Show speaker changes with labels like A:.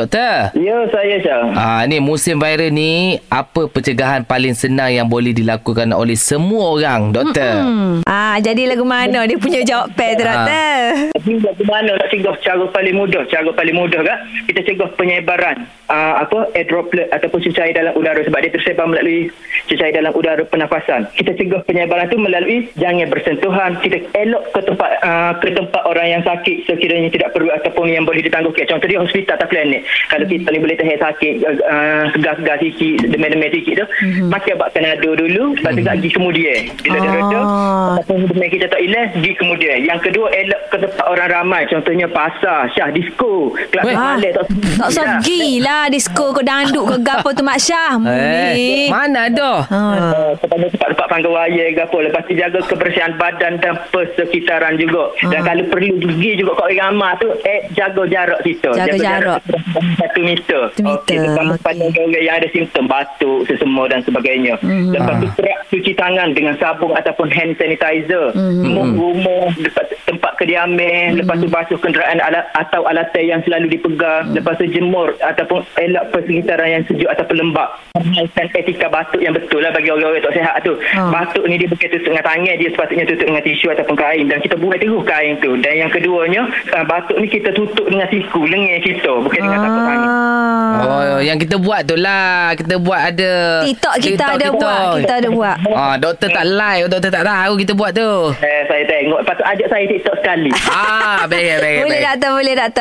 A: Doktor.
B: Ya, saya Syah.
A: Ah ni musim viral ni apa pencegahan paling senang yang boleh dilakukan oleh semua orang doktor? Mm-hmm.
C: Ah, jadi lagu mana dia punya jawab pair tu,
A: Ah.
C: Doktor?
B: Tapi lagu mana nak cegah cara paling mudah? Cara paling mudah kan? Kita cegah penyebaran uh, apa air droplet ataupun cecair dalam udara sebab dia tersebar melalui cecair dalam udara pernafasan. Kita cegah penyebaran tu melalui jangan bersentuhan. Kita elok ke tempat uh, ke tempat orang yang sakit sekiranya tidak perlu ataupun yang boleh ditangguhkan. Contoh dia hospital atau klinik. Kalau kita ni boleh tahan sakit, uh, gas-gas sikit, demam-demam sikit tu, pakai buat kanado dulu, lepas tu tak pergi kemudian. Bila dah reda,
C: Ah.
B: Ataupun demi kita tak ilah Pergi kemudian Yang kedua Elok ke tempat orang ramai Contohnya pasar Syah disco Kelab
A: Weh.
C: Ah,
B: malam
C: tak usah pergi lah disco ke danduk ke gapo tu Mak Syah.
A: Eh,
C: Muni.
A: mana ada?
C: Ah.
B: Uh, kepada tempat-tempat panggung raya ke apa lepas tu jaga kebersihan badan dan persekitaran juga
C: Hmm.
B: dan kalau perlu pergi juga kat orang ramai tu eh jaga jarak kita
C: Jaga jarak.
B: satu meter
C: Satu meter,
B: Okey, terutama
C: okey.
B: pada orang yang ada simptom batuk sesema dan sebagainya
C: Mhm.
B: lepas tu
A: Ah.
B: kerap cuci tangan dengan sabun ataupun hand sanitizer
C: Hmm.
B: rumah rumah lepas tu tempat kediaman lepas tu basuh kenderaan ala, atau alatan yang selalu dipegang lepas tu jemur ataupun elak persekitaran yang sejuk ataupun lembap dan etika batuk yang betul lah bagi orang-orang tak sihat tu
C: Ah.
B: batuk ni dia bukan tutup dengan tangan dia sepatutnya tutup dengan tisu ataupun kain dan kita buat terus kain tu dan yang keduanya ah, batuk ni kita tutup dengan siku lengan kita bukan dengan tapak tangan
C: Ah.
A: Oh, yang kita buat tu lah. Kita buat ada
C: TikTok kita ada buat, kita ada buat.
A: Ah, doktor tak live, doktor tak tahu kita buat tu.
B: eh, saya tengok lepas tu ajak saya TikTok sekali
A: Ah, baik baik baik.
C: Boleh doktor, boleh doktor.